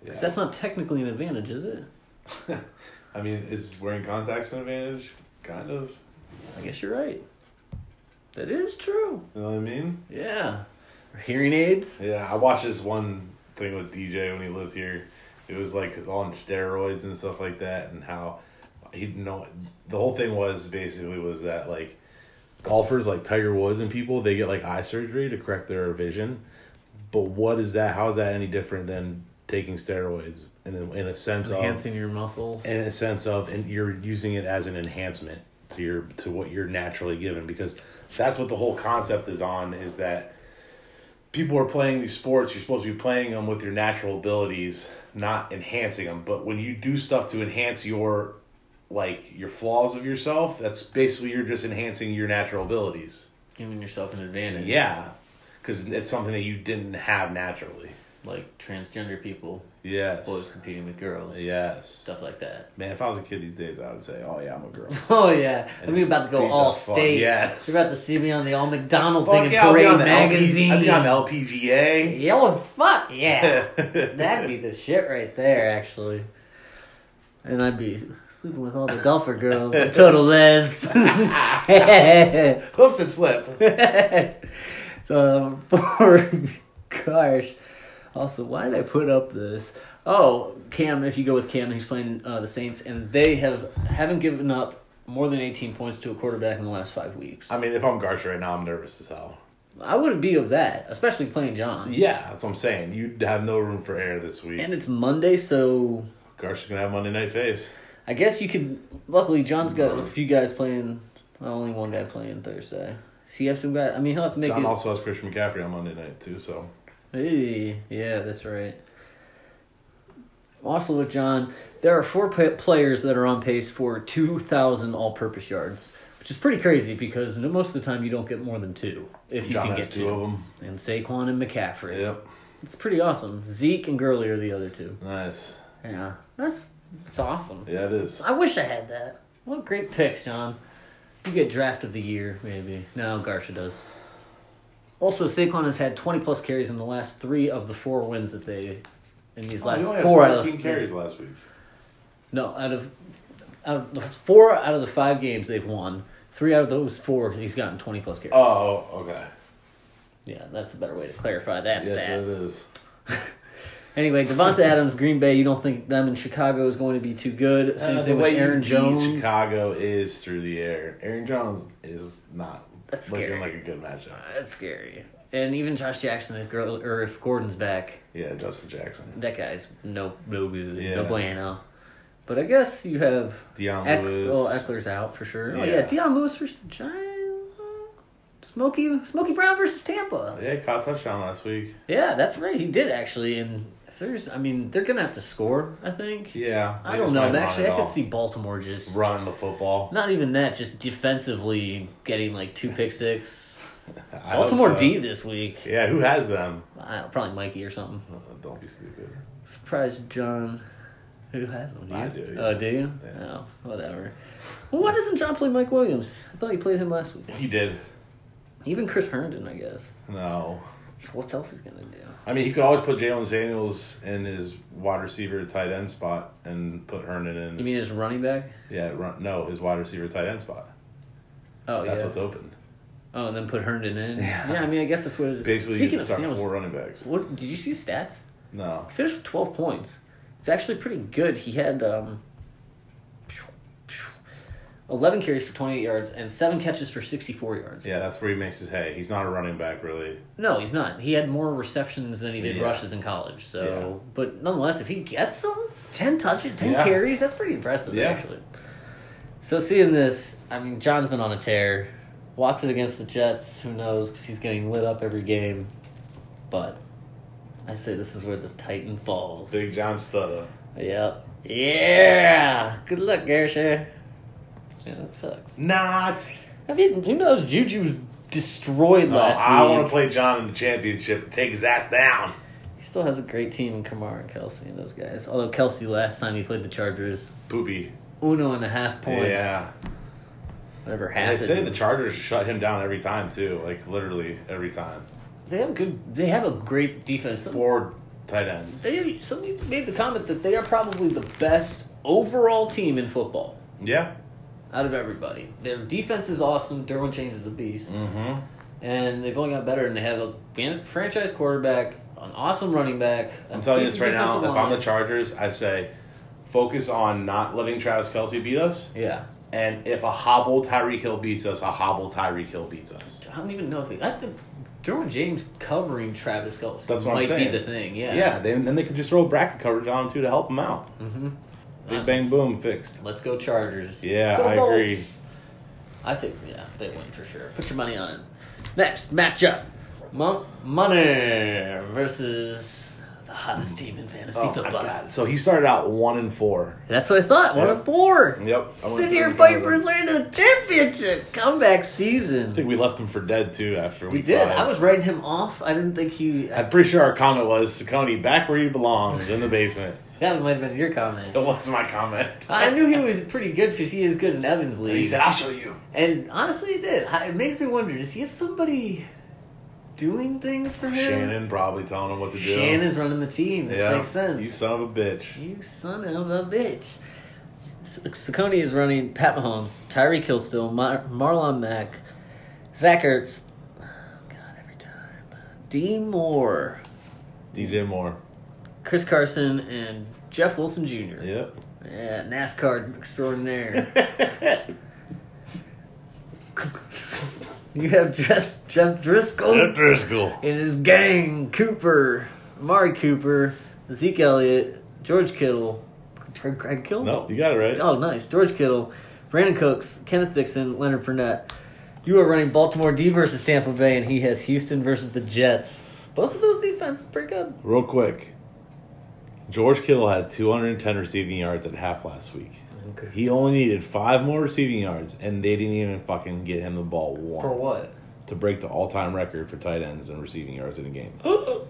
B: 'Cause
C: Yeah.
B: that's not technically an advantage is it
C: I mean, is wearing contacts an advantage? Kind of.
B: i guess you're right that is true
C: You know what I mean?
B: Yeah. Hearing aids?
C: Yeah, I watched this one thing with DJ when he lived here. It was like on steroids and stuff like that, and how he didn't know. The whole thing was basically was that like golfers like Tiger Woods and people they get like eye surgery to correct their vision, but what is that? How is that any different than taking steroids in a, in a sense of
B: enhancing your muscle.
C: in a sense of and you're using it as an enhancement to your to what you're naturally given because that's what the whole concept is on is that people are playing these sports you're supposed to be playing them with your natural abilities not enhancing them but when you do stuff to enhance your like your flaws of yourself that's basically you're just enhancing your natural abilities
B: giving yourself an advantage.
C: yeah because it's something that you didn't have naturally
B: Like transgender people,
C: yes
B: boys competing with girls,
C: yes
B: stuff like that.
C: man if i was a kid these days i would say oh yeah i'm a girl
B: Oh yeah, I
C: And
B: mean about to go
C: beat
B: all
C: the fuck,
B: state.
C: yes.
B: You're about to see me on the all McDonald
C: Fuck
B: thing in
C: yeah, I'll be
B: Parade
C: on the
B: magazine.
C: LP, I'll be on LPGA.
B: Yelling fuck yeah, that'd be the shit right there actually. And I'd be sleeping with all the golfer girls, the total les.
C: Oops, it slipped.
B: um, for gosh, also why did I put up this? Oh, Cam, if you go with Cam, he's playing uh, the Saints, and they have haven't given up more than eighteen points to a quarterback in the last five weeks.
C: I mean, if I'm Garch right now, I'm nervous as hell.
B: I wouldn't be of that, especially playing John.
C: Yeah, that's what I'm saying. You have no room for air this week.
B: And it's Monday, so
C: Garch is gonna have Monday night face.
B: I guess you could. Luckily, John's got a few guys playing. Well, only one guy playing Thursday. Does he have some guy? I mean, he'll have to make
C: John
B: it.
C: also has Christian McCaffrey on Monday night too. So
B: Hey, yeah, that's right. Also with John, there are four pa- players that are on pace for 2,000 all-purpose yards, which is pretty crazy because no- most of the time you don't get more than two if you
C: John
B: can
C: has
B: get
C: two of them.
B: And Saquon and McCaffrey.
C: Yep,
B: It's pretty awesome. Zeke and Gurley are the other two.
C: nice.
B: Yeah, that's that's awesome.
C: Yeah, it is.
B: I wish I had that. What great picks, John. You get draft of the year, maybe. No, Garcia does. Also, Saquon has had 20 plus carries in the last three of the four wins that they in these last
C: he Oh, only
B: four
C: had
B: out
C: 14
B: of
C: carries last week.
B: no out of out of the four out of the five games they've won. Three out of those four, he's gotten 20 plus carries.
C: Oh, okay.
B: Yeah, that's a better way to clarify that
C: Yes,
B: stat.
C: it is.
B: Anyway, Devonta Adams, Green Bay. You don't think them in Chicago is going to be too good? Same
C: Uh,
B: thing with
C: you
B: Aaron
C: beat
B: Jones.
C: Chicago is through the air. Aaron Jones is not
B: That's
C: looking
B: scary.
C: like a good matchup.
B: That's scary. And even Josh Jackson, if Gurl- or if Gordon's back,
C: Yeah, Justin Jackson.
B: that guy's no no good,
C: Yeah.
B: no bueno. But I guess you have
C: Deion
B: Eck-
C: Lewis.
B: well, Eckler's out for sure. Oh
C: Yeah.
B: yeah, Deion Lewis versus the Giants. Smokey Smokey Brown versus Tampa.
C: Yeah, he caught a touchdown last week.
B: Yeah, that's right. He did actually. And if there's, I mean, they're gonna have to score. I think.
C: Yeah.
B: I
C: they
B: don't
C: just
B: know.
C: might
B: but
C: run
B: Actually,
C: it
B: I could
C: off.
B: see Baltimore just
C: run the football.
B: not even that, just defensively getting like two pick six.
C: I hope
B: Baltimore
C: so.
B: D this week.
C: Yeah, who has them?
B: I don't- probably Mikey or something.
C: Uh, don't be stupid.
B: Surprised John. Who has him?
C: I
B: you?
C: do, yeah.
B: Oh, do you?
C: Yeah.
B: Oh, whatever. Well, why doesn't John play Mike Williams? I thought he played him last week.
C: He did.
B: Even Chris Herndon, I guess.
C: No.
B: What else is gonna do?
C: I mean, he could always put Jalen Samuels in his wide receiver tight end spot and put Herndon in.
B: You mean his running back?
C: yeah, run, no, his wide receiver tight end spot.
B: Oh
C: That's
B: yeah.
C: what's open.
B: oh, and then put Herndon in. Yeah.
C: Yeah.
B: I mean, I guess that's what it is.
C: Basically, you
B: Speaking
C: just
B: of
C: start
B: Samuels,
C: four running backs.
B: what did you see his stats?
C: No.
B: He finished with twelve points. It's actually pretty good. He had um, eleven carries for twenty-eight yards and seven catches for sixty-four yards.
C: Yeah, that's where he makes his hay. He's not a running back, really.
B: No, he's not. He had more receptions than he did
C: Yeah.
B: rushes in college. So,
C: Yeah.
B: but nonetheless, if he gets them, ten touches, ten
C: Yeah.
B: carries, that's pretty impressive
C: Yeah.
B: actually. So seeing this, I mean, John's been on a tear. Watson against the Jets, who knows? Because he's getting lit up every game. But I say this is where the Titan falls.
C: Big John Stutter.
B: Yep. Yeah. Good luck, Gershon. Yeah, that sucks.
C: Not.
B: I mean, who knows? Juju's destroyed
C: No,
B: last
C: Oh, I
B: week.
C: want to play John in the championship and take his ass down.
B: He still has a great team in Kamara and Kelsey and those guys. Although Kelsey last time he played the Chargers,
C: Poopy.
B: uno and a half points.
C: Yeah.
B: Whatever
C: And
B: half
C: they
B: is.
C: say the Chargers shut him down every time, too. Like, literally every time.
B: They have good they have a great defense. Some-
C: Four tight ends.
B: They somebody made the comment that they are probably the best overall team in football
C: Yeah.
B: out of everybody. Their defense is awesome, Derwin James is a beast.
C: Mm-hmm.
B: And they've only got better and they have a fan- franchise quarterback, an awesome running back. a
C: I'm telling you this
B: decent
C: right now.
B: defensive
C: If I'm the
B: line.
C: Chargers, I say focus on not letting Travis Kelsey beat us.
B: Yeah.
C: And if a hobble Tyreek Hill beats us, a hobble Tyreek Hill beats us.
B: I don't even know if he I think
D: Derwin James covering Travis Kelsey
C: That's what I'm
D: might
C: saying.
D: be the thing. Yeah.
C: Yeah, then then they could just throw bracket coverage on him too to help him out.
D: hmm
B: Mm-hmm.
C: Big bang boom fixed.
D: Let's go Chargers.
C: Yeah,
D: Go
C: I agree.
D: Bolts. I think yeah, they win for sure. Put your money on it. Next matchup: Mount Money versus the hottest team in fantasy
C: Oh, my
D: football.
C: God. So he started out one and four.
B: That's what I thought. One
C: Yeah.
B: of four.
C: Yep. I went
B: Sit here
C: through
B: and fight
C: with
B: for
C: him.
B: his way to the championship comeback
C: I
B: season.
C: think we left him for dead too after
B: We
C: week
B: did.
C: five.
B: I was writing him off. I didn't think he.
C: I'm pretty sure our comment was Sakoni back where he belongs in the basement.
B: That might have been your comment.
C: That was my comment.
B: I knew he was pretty good because he is good in Evans
C: And he
B: League.
C: said, "I'll show you."
B: And honestly, it did. I- It makes me wonder does he have somebody doing things for him?
C: Shannon probably telling him what to do.
B: Shannon's running the team. This
C: Yeah.
B: makes sense.
C: You son of a bitch.
B: You son of a bitch. S- Saccone is running Pat Mahomes, Tyree Killstill, Mar- Marlon Mack, Zach Ertz. oh, God, every time. D. Moore,
C: DJ Moore.
B: Chris Carson, and Jeff Wilson Jr.
C: Yep.
B: Yeah, NASCAR extraordinaire. you have Jeff, Jeff Driscoll
C: Jeff Driscoll.
B: and his gang Cooper, Amari Cooper, Zeke Elliott, George Kittle, Craig Craig Kittle?
C: No, you got it right.
B: Oh, nice. George Kittle, Brandon Cooks, Kenneth Dixon, Leonard Fournette. You are running Baltimore D versus Tampa Bay, and he has Houston versus the Jets. Both of those defenses pretty good.
C: Real quick, George Kittle had 210 receiving yards at half last week. He only needed five more receiving yards, and they didn't even fucking get him the ball once.
D: For what?
C: To break the all-time record for tight ends and receiving yards in a game.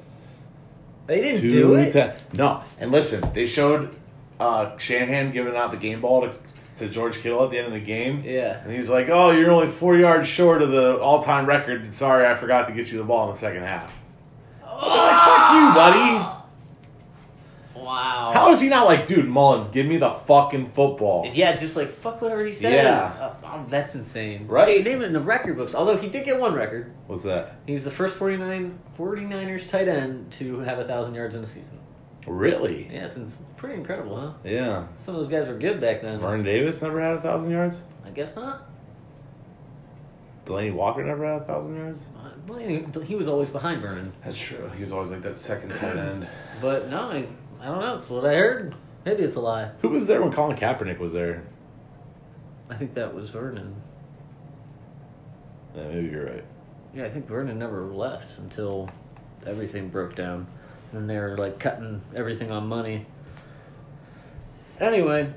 B: They didn't do it.
C: ten- No, and listen, they showed uh, Shanahan giving out the game ball to, to George Kittle at the end of the game.
B: Yeah.
C: And he's like, "Oh, you're only four yards short of the all-time record. Sorry, I forgot to get you the ball in the second half." I'm like, Fuck you, buddy.
D: Wow.
C: How is he not like, dude, Mullins, give me the fucking football?
D: yeah, just like fuck whatever he says.
C: Yeah.
D: Uh, oh, that's insane.
C: Right?
D: Name it in the record books. Although he did get one record.
C: What's that?
D: He's the first 49, 49ers tight end to have a thousand yards in a season.
C: Really?
D: Yeah, it's pretty incredible, huh?
C: Yeah.
D: Some of those guys were good back then.
C: Vernon Davis never had a thousand yards.
D: I guess not.
C: Delaney Walker never had a thousand yards.
D: Uh, well, he- He was always behind Vernon,
C: That's true. He was always like that second tight end.
D: but no, I, I don't know. It's what I heard. Maybe it's a lie.
C: Who was there when Colin Kaepernick was there?
D: I think that was Vernon.
C: Yeah, maybe you're right.
D: Yeah, I think Vernon never left until everything broke down. And they were like cutting everything on money.
B: Anyway,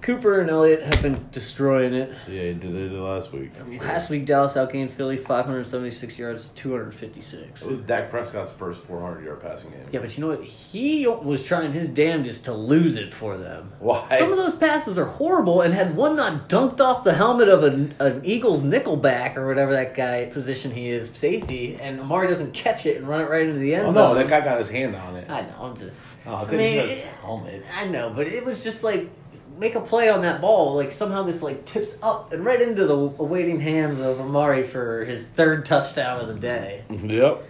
B: Cooper and Elliott have been destroying it.
C: Yeah, he did it last week.
B: Last week, Dallas outgained Philly 576 yards, 256.
C: It was Dak Prescott's first 400 yard passing game.
B: Yeah, but you know what? He was trying his damnedest to lose it for them.
C: Why?
B: Some of those passes are horrible, and had one not dunked off the helmet of an, an Eagles nickelback or whatever that guy position he is, safety, and Amari doesn't catch it and run it right into the end
C: oh no,
B: zone.
C: that guy got his hand on it.
B: I know. I'm just.
C: Oh,
B: I
C: then
B: mean,
C: he got his
B: it-
C: helmet.
B: I know, but it was just like make a play on that ball. Like somehow this like tips up and right into the awaiting hands of Amari for his third touchdown of the day.
C: Yep.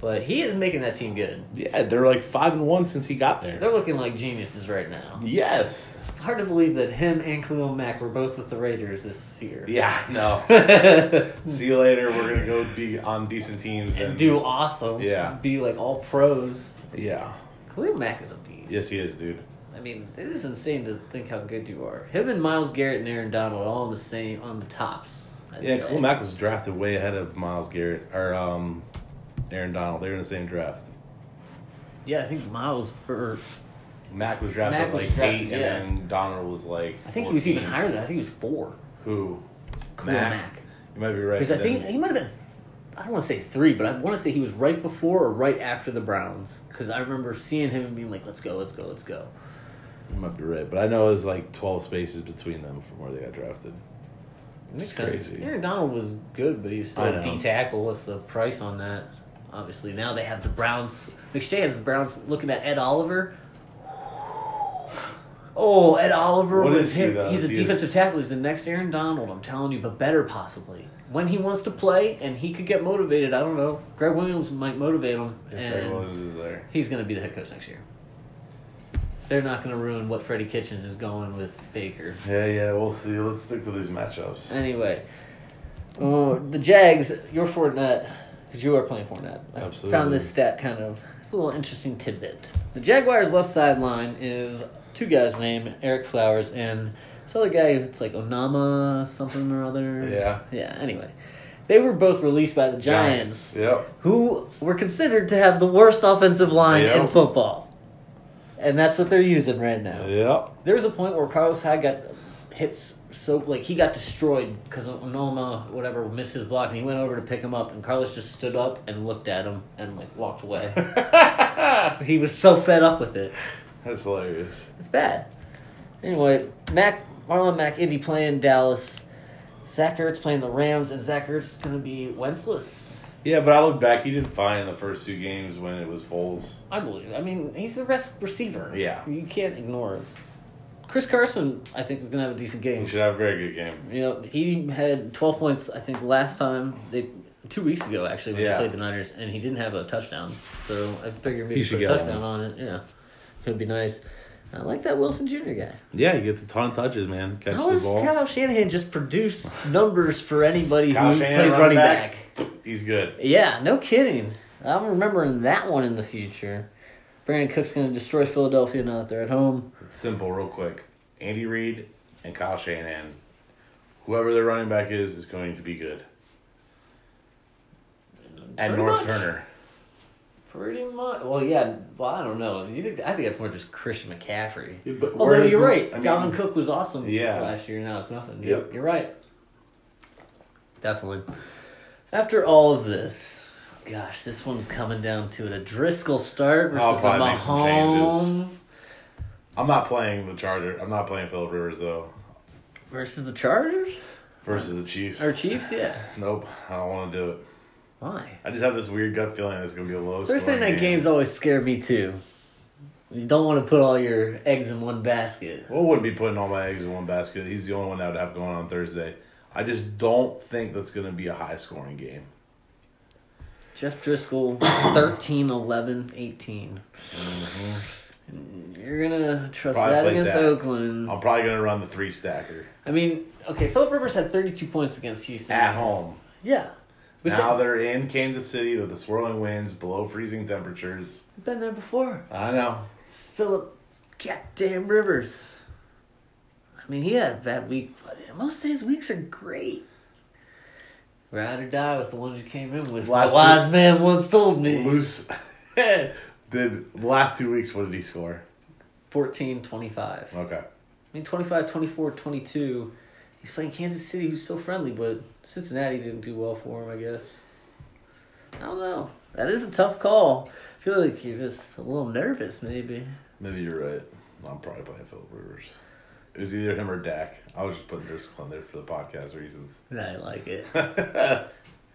B: But he is making that team good.
C: Yeah, they're like five and one since he got there.
B: They're looking like geniuses right now.
C: yes.
B: Hard to believe that him and Khalil Mack were both with the Raiders this year.
C: Yeah. No. See you later. We're gonna go be on decent teams and,
B: and do awesome.
C: Yeah.
B: Be like all pros.
C: Yeah.
B: Khalil Mack is a beast.
C: Yes, he is, dude.
B: I mean, it is insane to think how good you are. Him and Miles Garrett and Aaron Donald all on the same on the tops. I'd
C: Yeah,
B: say.
C: Khalil Mack was drafted way ahead of Miles Garrett or um, Aaron Donald. They were in the same draft.
B: Yeah, I think Miles or
C: Mack was drafted
B: Mack
C: like
B: was drafted,
C: eight,
B: yeah.
C: and then Donald was like.
B: I think he was even
C: 14.
B: higher than that. I think he was four.
C: Who?
B: Khalil Mack.
C: You might be right.
B: Because I
C: Then-
B: think he might have been. I don't want to say three, but I want to say he was right before or right after the Browns. Because I remember seeing him and being like, "Let's go, let's go, let's go."
C: You might be right, but I know it was like twelve spaces between them from where they got drafted.
B: It makes
C: It's
B: sense.
C: crazy.
B: Aaron Donald was good, but he was still
C: I
B: a
C: know.
B: D tackle. What's the price on that? Obviously, now they have the Browns. McShay has the Browns looking at Ed Oliver. Oh, Ed Oliver
C: What
B: was
C: is he,
B: him.
C: though?
B: He's a
C: Is he a-
B: defensive tackle. He's the next Aaron Donald. I'm telling you, but better possibly. When he wants to play and he could get motivated, I don't know. Greg Williams might motivate him,
C: Yeah, Greg
B: and
C: Williams is there.
B: he's going to be the head coach next year. They're not going to ruin what Freddie Kitchens is going with Baker.
C: Yeah, yeah, we'll see. Let's stick to these matchups.
B: Oh, Anyway, uh, the Jags, your Fortinet, Because you are playing Fournette. I
C: Absolutely.
B: found this stat kind of it's a little interesting tidbit. The Jaguars' left sideline is two guys named Eric Flowers and this other guy. It's like Onama something or other.
C: Yeah.
B: Yeah. Anyway, they were both released by the Giants,
C: Yep.
B: who were considered to have the worst offensive line
C: Yeah.
B: in football, and that's what they're using right now.
C: Yep.
B: There was a point where Carlos Hyde got hits so like he got destroyed because Onoma whatever missed his block and he went over to pick him up and Carlos just stood up and looked at him and like walked away. he was so fed up with it.
C: That's hilarious.
B: It's bad. Anyway, Mac Marlon Mack Indy playing Dallas. Zach Ertz playing the Rams and Zach Ertz is gonna be Wensless.
C: Yeah, but I look back, he did fine in the first two games when it was Foles.
B: I believe. I mean, he's the best receiver.
C: Yeah.
B: You can't ignore it. Chris Carson, I think, is gonna have a decent game.
C: He should have a very good game.
B: You know, he had 12 points, I think, last time, they, two weeks ago, actually, when
C: Yeah.
B: they played the Niners, and he didn't have a touchdown. So I figured maybe
C: He should
B: put a
C: get
B: touchdown
C: one.
B: on it. Yeah. So it'd be nice. I like that Wilson Jr. guy.
C: Yeah, he gets a ton of touches, man. Catches
B: How
C: the
B: does
C: ball.
B: Kyle Shanahan just produce numbers for anybody
C: Kyle
B: who
C: Shanahan,
B: plays running
C: running back.
B: back.
C: He's good.
B: Yeah, no kidding. I'm remembering that one in the future. Brandon Cook's going to destroy Philadelphia now that they're at home.
C: Simple, real quick. Andy Reid and Kyle Shanahan. Whoever their running back is is going to be good. And
B: Pretty much.
C: North Turner.
B: Pretty much. Well, yeah. Well, I don't know. You think? I think that's more just Christian McCaffrey.
C: But
B: Although
C: where's
B: you're
C: Nor-
B: right,
C: I mean,
B: Dalvin Cook was awesome
C: Yeah.
B: last year. Now it's nothing.
C: Yep.
B: Yep, you're right. Definitely. After all of this, gosh, this one's coming down to it. A Driscoll start
C: I'll
B: versus a
C: probably make
B: Mahomes
C: some I'm not playing the Charger. I'm not playing Philip Rivers though.
B: versus the Chargers
C: Versus the Chiefs.
B: or Chiefs. Yeah.
C: Nope. I don't want to do it.
B: Why?
C: I just have this weird gut feeling it's gonna be a low.
B: Thursday
C: scoring
B: night
C: game.
B: games always scare me too. You don't want to put all your eggs in one basket.
C: Well, I wouldn't be putting all my eggs in one basket. He's the only one that would have going on Thursday. I just don't think that's going to be a high scoring game.
B: Jeff Driscoll, 13, 11, 18. You're going to trust
C: Mm-hmm. Probably
B: that
C: played
B: against
C: that.
B: Oakland.
C: I'm probably going to run the three stacker
B: I mean, okay, Philip Rivers had 32 points against Houston.
C: at home.
B: Yeah. Which
C: now
B: I've
C: they're in Kansas City with the swirling winds, below freezing temperatures.
B: been there before.
C: I know.
B: It's Philip goddamn Rivers. I mean, he had a bad week, but most of his weeks are great. Ride or die with the ones you came in with. The
C: Last two-
B: wise man once told me.
C: Loose. Did the last two weeks? What did he score?
B: 14, 25.
C: Okay.
B: I mean, 25, 24, 22. He's playing Kansas City, who's so friendly, but Cincinnati didn't do well for him, I guess. I don't know. That is a tough call. I feel like he's just a little nervous, maybe.
C: Maybe you're right. I'm probably playing Philip Rivers. It was either him or Dak. I was just putting Driscoll in there for the podcast reasons.
B: I like it.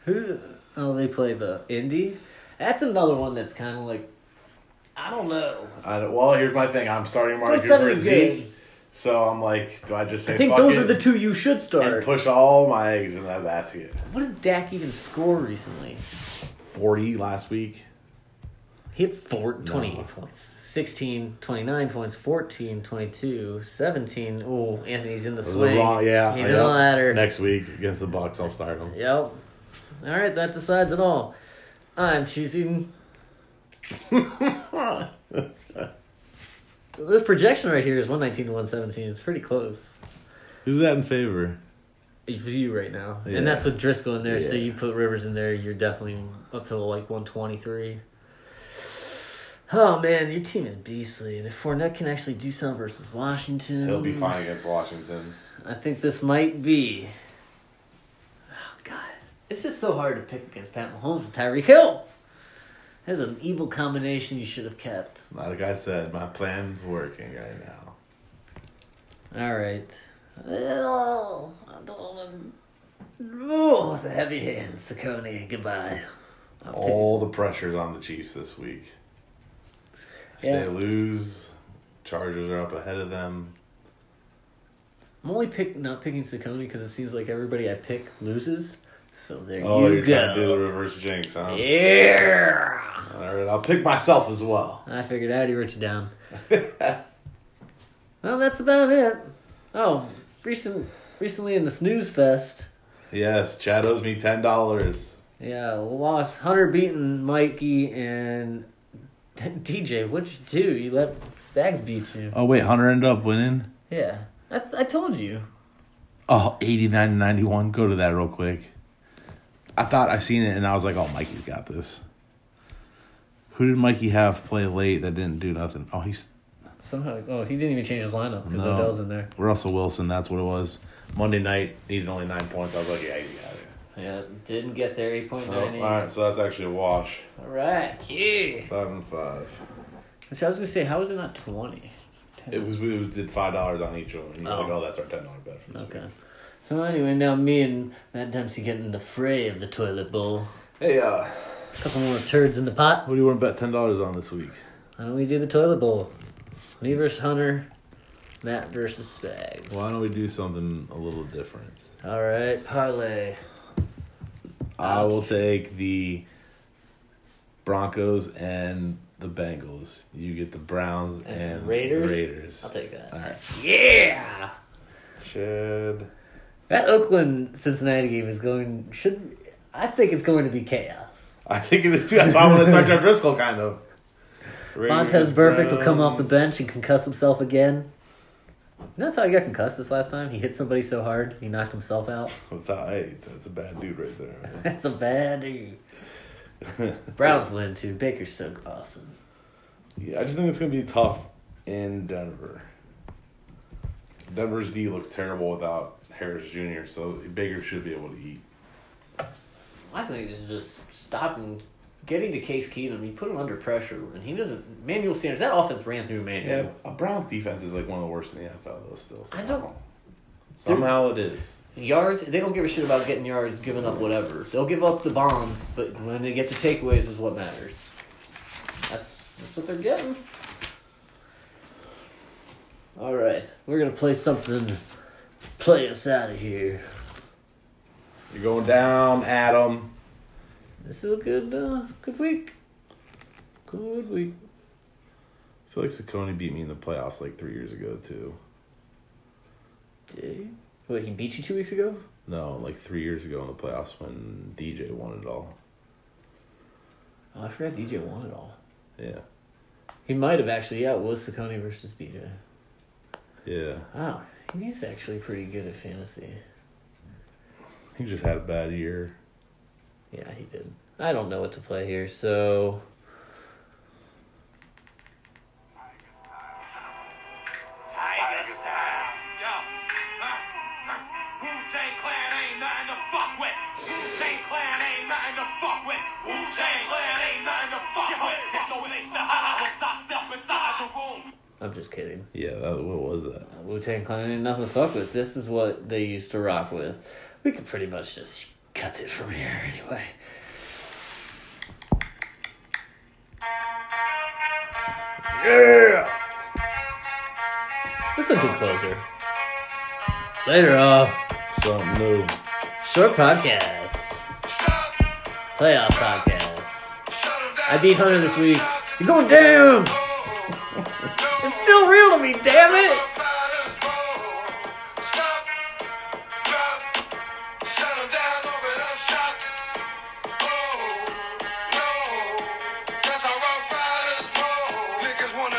B: Who? Oh, they play the Indy? That's another one that's kind of like, I don't know.
C: I don't- well, here's my thing. I'm starting Mark
B: But seven
C: Cooper
B: is
C: Zeke.
B: good.
C: So I'm like, do I just say
B: I think
C: fuck
B: those
C: it
B: are the two you should
C: and
B: start.
C: push all my eggs in that basket?
B: What did Dak even score recently?
C: Forty last week.
B: He had four, 28
C: No.
B: points. 16, 29 points, 14, 22, 17. Oh, Anthony's in the
C: Was
B: swing.
C: it wrong? Yeah,
B: He's
C: I
B: in the
C: know.
B: ladder.
C: Next week against the Bucks, I'll start him.
B: Yep. All right, that decides it all. I'm choosing. the projection right here is 119 to 117. It's pretty close.
C: Who's that in favor?
B: It's you right now.
C: Yeah.
B: And that's with Driscoll in there, so
C: Yeah.
B: you put Rivers in there, you're definitely up to like 123. Oh man, your team is beastly. And if Fournette can actually do something versus Washington,
C: He'll be fine against Washington.
B: I think this might be. Oh God, it's just so hard to pick against Pat Mahomes and Tyreek Hill. That's an evil combination you should have kept.
C: Like I said, my plan's working right now.
B: All right. Oh, I don't want to. Oh, the heavy hand, Saccone. Goodbye. I'll pick-
C: All the pressure's on the Chiefs this week. If
B: Yeah.
C: they lose, Chargers are up ahead of them.
B: I'm only pick not picking Saccone because it seems like everybody I pick loses. So there
C: Oh, you
B: you
C: are trying to do the
B: go.
C: reverse jinx, huh?
B: Yeah.
C: All right, I'll pick myself as well.
B: I figured out he wrote you down. well, that's about it. Oh, recent recently in the snooze fest,
C: Yes, Chad owes me ten dollars.
B: Yeah, lost Hunter beating Mikey and DJ. What'd you do? You let Spags beat you.
C: Oh, wait. Hunter ended up winning.
B: Yeah, I, I told you.
C: Oh, 89 to 91. Go to that real quick. I thought I seen it and I was like, oh, Mikey's got this. Who did Mikey have play late that didn't do nothing? Oh, he's
B: Somehow, oh, he didn't even change his lineup because
C: No.
B: Odell's in there.
C: Russell Wilson. That's what it was. Monday night needed only nine points. I was like, yeah, he's got it.
B: Yeah, didn't get there. Eight point
C: Oh, all right, so that's actually a wash.
B: All right, yeah.
C: Five and five.
B: So I was gonna say, how is it not twenty?
C: It was we did five dollars on each one. And you're like,
B: Oh.
C: oh, that's our ten dollar bet for this
B: Okay.
C: week.
B: So anyway, now me and Matt Dempsey get in the fray of the toilet bowl.
C: Hey, uh,
B: A couple more turds in the pot.
C: what do you want to bet ten dollars on this week?
B: Why don't we do the toilet bowl? Me versus Hunter. Matt versus Spags.
C: Why don't we do something a little different?
B: All right, parlay.
C: I will take the Broncos and the Bengals. You get the Browns and,
B: And Raiders?
C: Raiders.
B: I'll take that.
C: All right.
B: Yeah.
C: Should
B: That Oakland Cincinnati game is going should I think it's going to be chaos.
C: I think it is too? That's why I want to start John Driscoll kind of. Raiders,
B: Montez Perfect will come off the
C: Browns.
B: bench and concuss himself again. You know that's how he got concussed this last time. He hit somebody so hard he knocked himself out.
C: That's, how, hey, that's a bad dude right there.
B: That's a bad dude. Browns win too. Baker's so awesome.
C: Yeah, I just think it's gonna be tough in Denver. Denver's D looks terrible without Harris Jr., so Baker should be able to eat.
B: My thing is just stopping, getting to Case Keenum. You put him under pressure, and he doesn't. Manuel Sanders. That offense ran through Manuel.
C: Yeah, a Browns defense is like one of the worst in the NFL though. Still,
B: I don't-
C: Somehow it is.
B: Yards. They don't give a shit about getting yards, giving up whatever. They'll give up the bombs, but when they get the takeaways is what matters. That's that's what they're getting. All right, we're gonna play something. Play us out of here.
C: You're going down, Adam.
B: This is a good, uh, good week. Good week.
C: I feel like Saccone beat me in the playoffs like three years ago too.
B: Did he? Wait, he beat you two weeks ago?
C: No, like three years ago in the playoffs when DJ won it all.
B: Oh, I forgot DJ won it all.
C: Yeah,
B: He might have actually. Yeah, it was Saccone versus DJ.
C: yeah.
B: Wow, he is actually pretty good at fantasy.
C: He just had a bad year.
B: Yeah, he did. I don't know what to play here, so
E: Tiger style. Yo. Wu-Tang Clan ain't nothing to fuck with. Wu-Tang Clan ain't nothing to fuck with. Wu-Tang Clan ain't nothing to fuck with. There's no place to hide once I step inside the room.
B: I'm just kidding.
C: Yeah, that what was that?
B: Wu Tang Clan ain't nothing to fuck with. This is what they used to rock with. We could pretty much just cut it from here anyway.
C: Yeah.
B: That's a good closer. Later, uh,
C: Something new.
B: short podcast, playoff podcast. I beat Hunter this week. You're going down. It's still real to me, damn it.
F: Oh,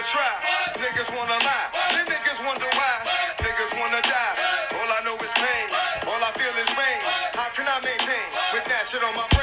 F: Try. Niggas wanna lie, then niggas wonder why. Niggas wanna die. All I know is pain, all I feel is rain. How can I maintain with that shit on my brain?